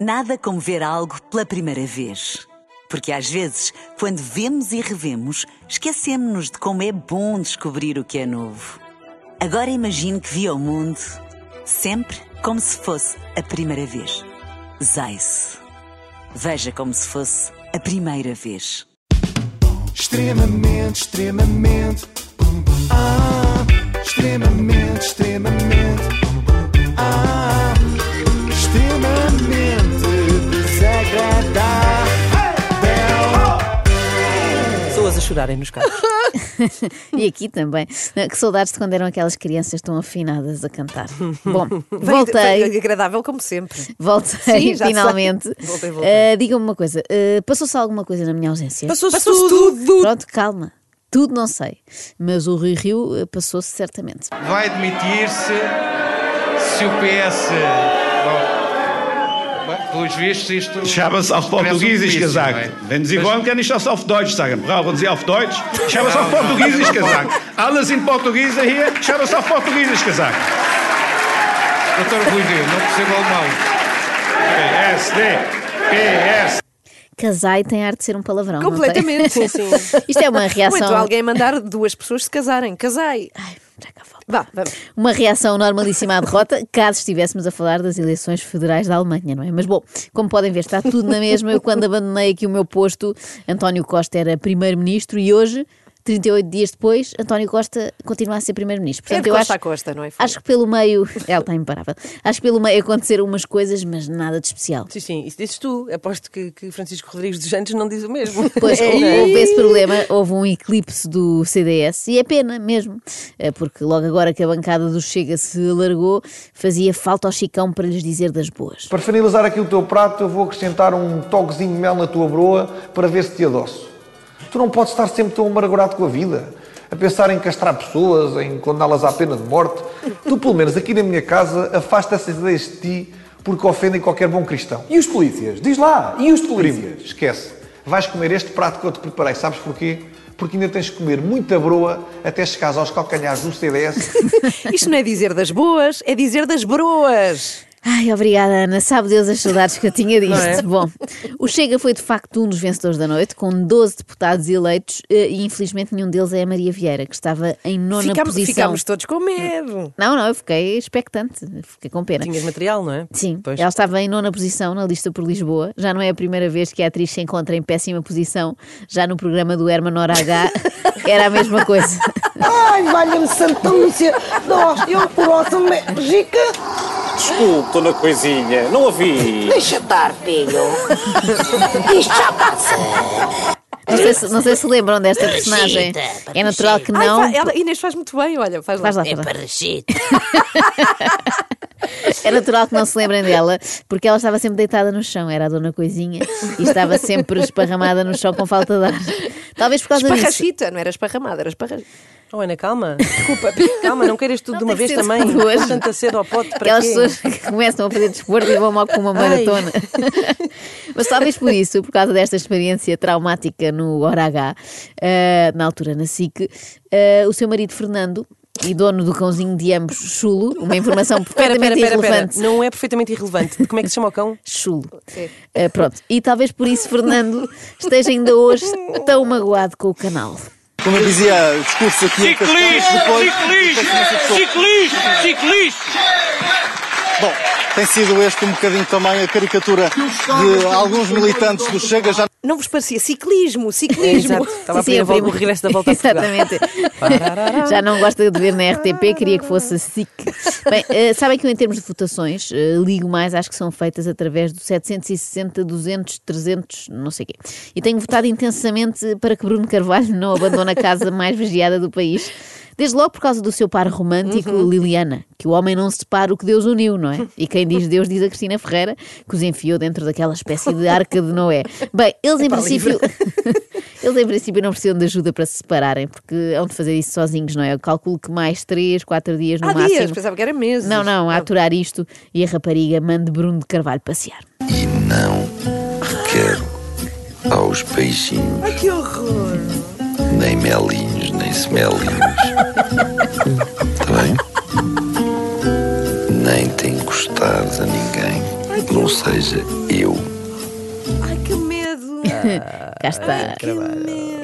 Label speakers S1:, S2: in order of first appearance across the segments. S1: Nada como ver algo pela primeira vez. Porque às vezes, quando vemos e revemos, esquecemos-nos de como é bom descobrir o que é novo. Agora imagine que viu o mundo sempre como se fosse a primeira vez. Zais. Veja como se fosse a primeira vez.
S2: Extremamente, extremamente. Ah, extremamente, extremamente. Ah, extremamente desagradável.
S3: Pessoas a chorarem nos carros.
S4: E aqui também. Que saudades de quando eram aquelas crianças tão afinadas a cantar. Bom,
S3: Foi
S4: voltei.
S3: agradável como sempre. Sim,
S4: Voltei,
S3: já sei.
S4: finalmente.
S3: Voltei, voltei.
S4: Ah, Diga-me uma coisa: ah, passou-se alguma coisa na minha ausência?
S3: Passou-se tudo.
S4: Pronto, calma. Tudo não sei. Mas o Rui Rio ah, passou-se certamente.
S5: vai demitir-se se o PS. Bom, bem, pelos vistos, isto.
S6: Chama-se auf
S5: parece um
S6: Portugiesisch
S5: comício, não
S6: gesagt.
S5: é?
S6: Wenn Sie wollen, kann ich das auf Deutsch sagen. Brauchen Sie auf Deutsch? Ich habe es auf
S5: Não, não.
S6: Portugiesisch gesagt. Alles in Portugiesisch hier, ich habe es auf Portugiesisch gesagt.
S5: Doutor Rui Rio, não percebo alemão.
S6: PSD, PS.
S4: Casai tem arte de ser um palavrão. não tem?
S3: Completamente, sim, sim.
S4: Isto é uma
S3: Ou
S4: reação.
S3: então alguém mandar duas pessoas se casarem. Casai.
S4: Ai, já cá volto.
S3: Vá, vamos.
S4: Uma reação normalíssima à derrota, caso estivéssemos a falar das eleições federais da Alemanha, não é? Mas bom, como podem ver, está tudo na mesma. Eu, quando abandonei aqui o meu posto, António Costa era primeiro-ministro e hoje. 38 dias depois, António Costa continua a ser primeiro-ministro.
S3: É de
S4: eu
S3: costa a costa, não é?
S4: Acho que pelo meio. Ela está imparável. Acho que pelo meio aconteceram umas coisas, mas nada de especial.
S7: Sim, sim, isso dizes tu. Aposto que, que Francisco Rodrigues dos Santos não diz o mesmo.
S4: Pois
S3: É
S4: houve esse problema, houve um eclipse do CDS e é pena mesmo, eh, porque logo agora que a bancada do Chega se largou, fazia falta ao Chicão para lhes dizer das boas.
S8: Para finalizar aqui o teu prato, eu vou acrescentar um toquezinho de mel na tua broa para ver se te adoço. Tu não podes estar sempre tão amargurado com a vida, a pensar em castrar pessoas, em condená-las à pena de morte. Tu, pelo menos aqui na minha casa, afasta essas ideias de ti porque ofendem qualquer bom cristão.
S2: E os polícias? Diz lá, e os polícias?
S8: Primo, esquece. Vais comer este prato que eu te preparei, sabes porquê? Porque ainda tens que comer muita broa até chegares aos calcanhares do CDS
S3: Isto não é dizer das boas, é dizer das broas.
S4: Ai, obrigada, Ana. Sabe Deus as saudades que eu tinha disto.
S7: é?
S4: Bom, o Chega foi de facto um dos vencedores da noite, com 12 deputados eleitos eh, e infelizmente nenhum deles é a Maria Vieira, que estava em nona
S3: Ficámos,
S4: posição.
S3: ficámos todos com medo.
S4: Não, não, eu fiquei expectante, fiquei com pena.
S7: Tinhas material, não é?
S4: Sim,
S7: Pois.
S4: ela estava em nona posição na lista por Lisboa. Já não é a primeira vez que a atriz se encontra em péssima posição. Já no programa do Herman Hora H era a mesma coisa.
S9: Ai, valha-me Santa Lúcia! Nós, eu por ossa me- rica,
S10: Desculpe, dona Coisinha, não ouvi.
S9: deixa estar, filho. Isto já passa.
S4: Não sei se, não sei se lembram desta personagem.
S9: Parecida,
S4: É natural que
S3: Ai,
S4: não.
S3: fa- ela- Inês faz muito bem, olha, faz lá.
S4: Faz lá, faz lá.
S9: parecida.
S4: É natural que não se lembrem dela, porque ela estava sempre deitada no chão, era a dona Coisinha, e estava sempre esparramada no chão com falta de ar. Talvez por causa disso.
S3: Esparrachita, não era esparramada, era esparrachita.
S7: Oh, Ana, calma. Desculpa. Calma, não queiras tudo
S4: Não
S7: de uma
S4: tem
S7: vez
S4: que ser
S7: também.
S4: tudo hoje.
S7: Tanta cedo ao pote para
S4: Aquelas
S7: quê?
S4: pessoas que começam a fazer desporto e vão mal com uma maratona. Mas talvez por isso, por causa desta experiência traumática no Hora H, eh, na altura na SIC, eh, o seu marido Fernando e dono do cãozinho de ambos, Chulo, uma informação
S7: Pera,
S4: perfeitamente
S7: pera, pera, pera.
S4: irrelevante.
S7: Não é perfeitamente irrelevante. Como é que se chama o cão?
S4: Chulo. Eh, pronto. E talvez por isso Fernando esteja ainda hoje tão magoado com o canal.
S10: Como eu dizia, o discurso aqui em Cascais, depois...
S5: Ciclista! Ciclista!
S10: Bom, tem sido este um bocadinho também a caricatura de alguns militantes do Chega, já
S3: Não vos parecia ciclismo,
S7: É,
S3: ciclismo.
S7: exato. Estava
S4: Sim, sim,
S7: a pedir
S4: eu
S7: a o
S4: primo.
S7: regresso da volta a Portugal.
S4: Exatamente. Já não gosta de ver na RTP, queria que fosse a SIC. Bem, eh, sabem que eu, em termos de votações, eh, ligo mais às que são feitas através do 760, 200, 300, não sei o quê. E tenho votado intensamente para que Bruno Carvalho não abandone a casa mais vigiada do país. Desde logo por causa do seu par romântico,
S3: Uhum.
S4: Liliana, que o homem não separa o que Deus uniu, não é? E quem diz Deus diz a Cristina Ferreira, que os enfiou dentro daquela espécie de arca de Noé. Bem, eles em princípio. Eles em princípio não precisam de ajuda para se separarem, porque hão de fazer isso sozinhos, não é? Eu calculo que mais 3, 4 dias no
S3: Há
S4: máximo.
S3: dias, pensava que era meses.
S4: Não, não, a aturar isto e a rapariga manda Bruno de Carvalho passear.
S2: E não quero aos peixinhos. Ai, que horror! Nem melinhos, nem semelinhos. Tá Está bem? Nem tem encostado a ninguém. Ai, não seja eu.
S7: Ai, que medo!
S4: Cá está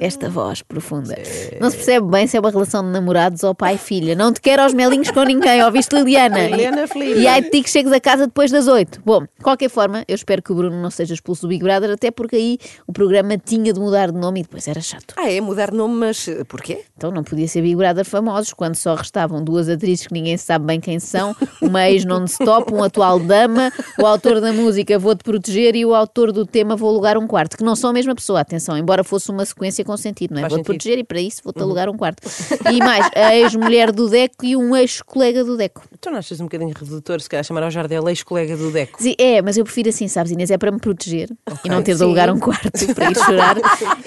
S4: esta voz profunda. Não se percebe bem se é uma relação de namorados ou pai e filha. Não te quero aos melinhos com ninguém, ouviste Liliana?
S7: Liliana Felipe.
S4: E aí ti que chegas a casa depois das oito. Bom, de qualquer forma, eu espero que o Bruno não seja expulso do Big Brother, até porque aí o programa tinha de mudar de nome e depois era chato.
S7: Ah, é mudar de nome, mas eh, porquê?
S4: Então não podia ser Big Brother famosos quando só restavam duas atrizes que ninguém sabe bem quem são, uma ex non-stop, um atual dama, o autor da música Vou-te Proteger e o autor do tema Vou Alugar um Quarto, que não são a mesma pessoa, atenção, embora fosse uma sequência com sentido, não é?
S7: Faz
S4: Vou-te
S7: sentido. Uhum.
S4: proteger e para isso vou-te alugar um quarto. E mais, a ex-mulher do Deco e um ex-colega do Deco.
S7: Tu não achas um bocadinho redutor, se calhar chamar ao Jardel ex-colega do Deco?
S4: Sim, é, mas eu prefiro assim, sabes, Inês? É para me proteger e não ter de alugar um quarto para ir chorar.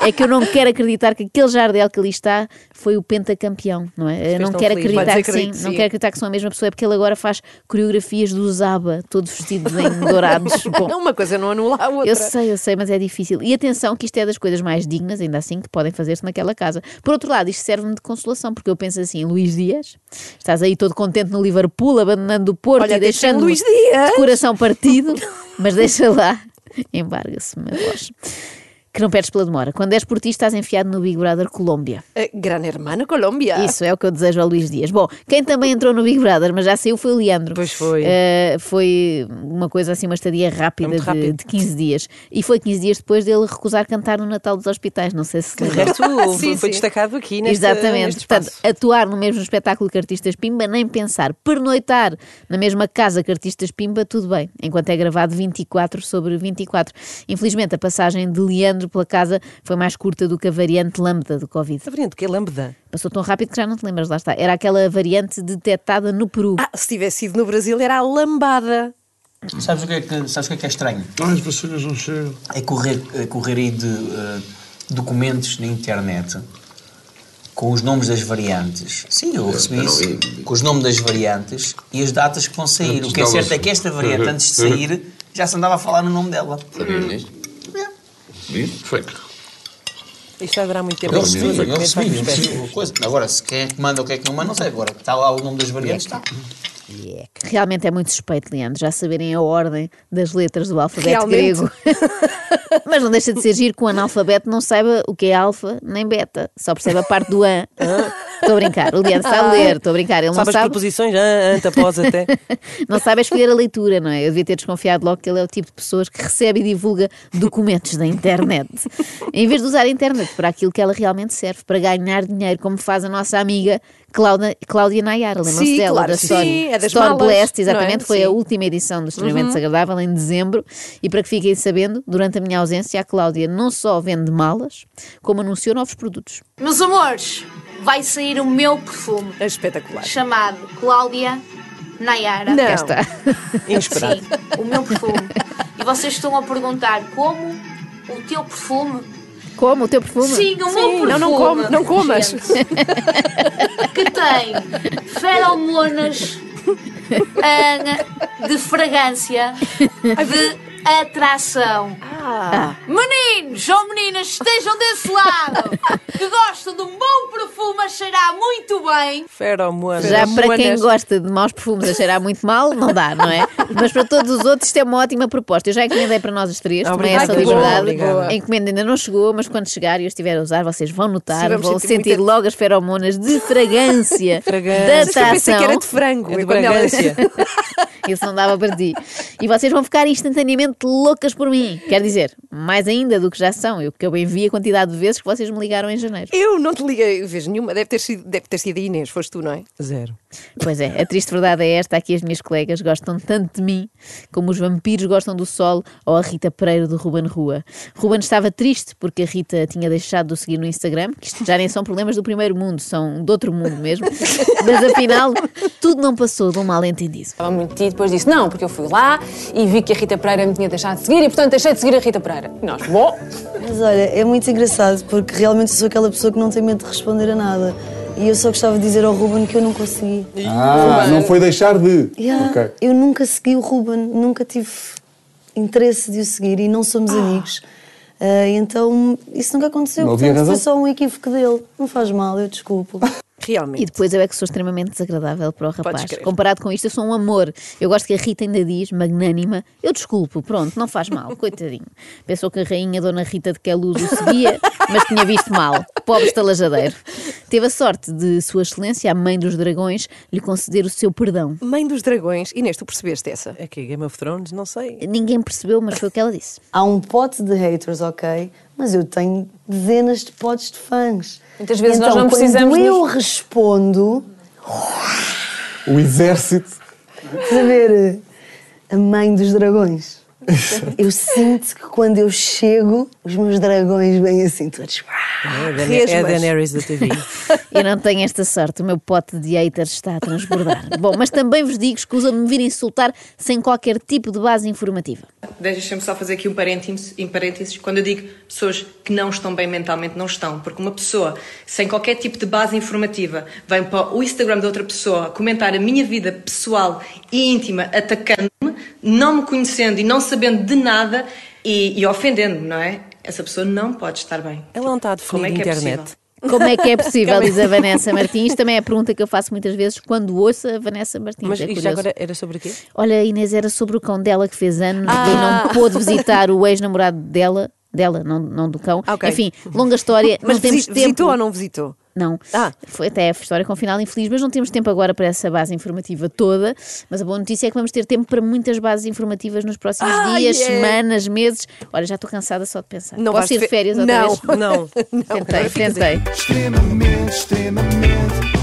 S4: É que eu não quero acreditar que aquele jardel que ali está foi o pentacampeão, não é? Eu não
S7: tão
S4: quero
S7: feliz.
S4: acreditar
S7: Mas
S4: que sim,
S7: acredito,
S4: não
S7: sim.
S4: quero acreditar que são a mesma pessoa, é porque ele agora faz coreografias do Zaba, todos vestidos em dourados. Bom,
S7: Não, uma coisa não anula a outra.
S4: eu sei, eu sei, mas é difícil. E atenção que isto é das coisas mais dignas, ainda assim, que podem fazer-se naquela casa. Por outro lado, isto serve-me de consolação, porque eu penso assim, Luís Dias, estás aí todo contente no Liverpool, abandonando o Porto
S7: Olha,
S4: e deixando
S7: deixa-me Luís Dias.
S4: de coração partido, mas deixa lá, embarga-se, minha voz. Que não perdes pela demora. Quando és por ti, estás enfiado no Big Brother Colômbia.
S7: Eh, Gran Hermano Colômbia.
S4: Isso é o que eu desejo ao Luís Dias. Bom, quem também entrou no Big Brother, mas já saiu, foi o Leandro.
S7: Pois foi.
S4: Eh, foi uma coisa assim, uma estadia
S7: É
S4: rápida
S7: muito
S4: de,
S7: rápido.
S4: de 15 dias. E foi 15 dias depois dele recusar cantar no Natal dos Hospitais. Não sei se se
S7: De
S4: lembram.
S7: resto,
S9: Sim,
S7: foi
S9: sim.
S7: destacado é, aqui neste,
S4: Exatamente.
S7: neste
S4: Portanto,
S7: espaço.
S4: atuar no mesmo espetáculo que artistas Pimba, nem pensar. Pernoitar na mesma casa que artistas Pimba, tudo bem. Enquanto é gravado 24 sobre 24. Infelizmente, a passagem de Leandro pela casa foi mais curta do que a variante lambda do Covid.
S7: Está vendo que é lambda.
S4: Passou tão rápido que já não te lembras, lá está. Era aquela variante detectada no Peru.
S7: Ah, se tivesse sido no Brasil era a lambada.
S11: Sabes o que é que, sabes o que, é, que é estranho?
S6: Ah, As vacinas não chegam.
S11: É correr, é correr aí de eh, documentos na internet com os nomes das variantes. Sim, eu recebi
S2: eu não
S11: isso.
S2: vi.
S11: Com os nomes das variantes e as datas que vão sair. O que é
S2: Antes
S11: certo
S2: dava-se.
S11: é que esta variante, antes de sair, já se andava a falar no nome dela. É.
S2: Sabias nisto? Viste? Fake.
S7: Isto vai durar muito tempo.
S11: Eu
S7: As
S11: recebi,
S7: pessoas a
S11: eu
S7: comer
S11: recebi, eu
S7: vários pés.
S11: recebi. Coisa. Agora, se quem é que manda ou quem é que não manda, não sei. Agora, está lá o nome das variantes, está.
S4: Realmente é muito suspeito, Leandro, já saberem a ordem das letras do alfabeto
S7: Realmente.
S4: grego. Mas não deixa de ser giro que o analfabeto não saiba o que é alfa nem beta, só percebe a parte do an.
S7: Ah.
S4: Estou a brincar, o Leandro sabe ler, estou a brincar, ele
S7: Sabe
S4: não
S7: as
S4: sabe.
S7: preposições? Ah, anta, pós até.
S4: Não sabe é escolher a leitura, não é? Eu devia ter desconfiado logo que ele é o tipo de pessoas que recebe e divulga documentos da internet. Em vez de usar a internet para aquilo que ela realmente serve, para ganhar dinheiro, como faz a nossa amiga Cláudia, Cláudia Nayar, lembram-se
S7: Sim,
S4: dela,
S7: claro,
S4: da
S7: sim,
S4: Store,
S7: é das
S4: Store
S7: malas,
S4: Blast,
S7: não é?
S4: exatamente, foi a
S7: Sim. Uhum.
S4: última edição do Extremamente Desagradável, em dezembro. E para que fiquem sabendo, durante a minha ausência, a Cláudia não só vende malas, como anunciou novos produtos.
S12: Meus amores, vai sair o meu perfume
S7: É espetacular.
S12: chamado Cláudia Nayara.
S7: Não.
S4: Cá está.
S7: Inesperado.
S12: Sim, o meu perfume. E vocês estão a perguntar como o teu perfume?
S4: Como o teu perfume?
S12: Sim, o meu perfume.
S7: Não, não come, não comas.
S12: Gente, que tem feromonas ah, de fragrância de atração. Meninos ou meninas, estejam desse lado, que gostam de um bom perfume, a cheirar muito bem.
S7: Feromonas.
S4: Já para quem
S7: Monas.
S4: gosta de maus perfumes a cheirar muito mal, não dá, não é? Mas para todos os outros, isto é uma ótima proposta. Eu já encomendei para nós os três, tomei
S7: Obrigada.
S4: essa
S7: Ai, que boa,
S4: liberdade.
S7: obrigada.
S4: a encomenda ainda não chegou, mas quando chegar e eu estiver a usar, vocês vão
S7: Sim,
S4: notar,
S7: vamos
S4: vão
S7: sentir
S4: sentir
S7: muita-
S4: logo as feromonas de fragrância, da
S7: Fragrância.
S4: atração.
S3: Eu pensei que era de frango.
S7: É de
S3: e quando ela-
S7: Bragança.
S4: Isso não dava para ti. E vocês vão ficar instantaneamente loucas por mim. Quer dizer, mais ainda do que já são. Eu que eu bem vi a quantidade de vezes que vocês me ligaram em janeiro.
S3: Eu não te liguei vez nenhuma, deve ter sido, deve ter sido a Inês, foste tu, não é?
S7: Zero.
S4: Pois é, a triste verdade é esta: aqui as minhas colegas gostam tanto de mim como os vampiros gostam do sol ou a Rita Pereira de Ruben Rua. Ruben estava triste porque a Rita tinha deixado de o seguir no Instagram, que isto já nem são problemas do primeiro mundo, são do outro mundo mesmo. Mas afinal, tudo não passou de um mal-entendido.
S13: Estava muito ti e depois disse não, porque eu fui lá e vi que a Rita Pereira me tinha deixado de seguir e, portanto, deixei de seguir a Rita Pereira. E nós, bom,
S14: Mas olha, é muito engraçado porque realmente eu sou aquela pessoa que não tem medo de responder a nada. E eu só gostava de dizer ao Ruben que eu não consegui.
S15: Ah, não foi deixar de.
S14: Yeah,
S15: Ok.
S14: Eu nunca segui o Ruben, nunca tive interesse de o seguir e não somos amigos. Ah, então isso nunca aconteceu,
S15: Não havia
S14: portanto foi
S15: razão.
S14: só um equívoco dele. Não faz mal, eu desculpo.
S16: Realmente.
S4: E depois eu é que sou extremamente desagradável para o rapaz.
S16: crer.
S4: Comparado com isto, eu sou um amor. Eu gosto que a Rita ainda diz, magnânima, eu desculpo, pronto, não faz mal, coitadinho. Pensou que a rainha Dona Rita de Queluz o seguia, mas tinha visto mal. Pobre estalajadeiro. Teve a sorte de Sua Excelência, a mãe dos dragões, lhe conceder o seu perdão.
S3: Mãe dos dragões. Inês, tu percebeste essa?
S16: É que Game of Thrones, não sei.
S4: Ninguém percebeu, mas foi o que ela disse.
S17: Há um pote de haters, ok? Mas eu tenho dezenas de potes de fãs.
S18: Muitas vezes
S17: então,
S18: nós não
S17: quando
S18: precisamos
S17: eu
S18: dos-
S17: respondo,
S19: O exército.
S17: estás a ver? eh, A mãe dos dragões. Eu sinto que quando eu chego, os meus dragões vêm assim todos.
S18: Ah,
S16: Dana-
S17: Resmas.
S16: É a Daenerys da TV.
S4: Eu não tenho esta sorte, o meu pote de haters está a transbordar. Bom, mas também vos digo, escusam-me de vir insultar sem qualquer tipo de base informativa.
S7: Deixa-me só fazer aqui um parênteses, em parênteses. Quando eu digo pessoas que não estão bem mentalmente, não estão. Porque uma pessoa sem qualquer tipo de base informativa vem para o Instagram de outra pessoa comentar a minha vida pessoal e íntima, atacando-me, não me conhecendo e não sabendo de nada e, e ofendendo-me, não é? Essa pessoa não pode estar bem. Ela não está a definir Como é que é
S16: internet.
S7: possível?
S4: Como é que é possível,
S7: Como é-
S4: diz a Vanessa Martins? Também é a pergunta que eu faço muitas vezes quando ouço a Vanessa Martins.
S16: Mas
S4: é
S16: isto
S4: curioso.
S16: agora era sobre o quê?
S4: Olha, Inês, era sobre o cão dela que fez anos
S16: Ah.
S4: e não pôde visitar o ex-namorado dela, dela, não, não do cão.
S3: Ok.
S4: Enfim, longa história,
S3: Mas
S4: não temos
S3: visi-
S4: tempo.
S3: visitou ou não Ah. visitou?
S4: Não. Foi até a história com final infeliz, mas não temos tempo agora para essa base informativa toda. Mas a boa notícia é que vamos ter tempo para muitas bases informativas nos próximos
S3: Ah,
S4: dias,
S3: yeah.
S4: semanas, meses. Olha, já estou cansada só de pensar.
S3: Não vais
S4: Posso ir
S3: de
S4: de
S3: fe-
S4: férias
S3: Não, é
S4: outra vez?
S3: não. Não,
S4: Tentei,
S3: não.
S4: tentei.
S2: Extremamente, Ah, extremamente.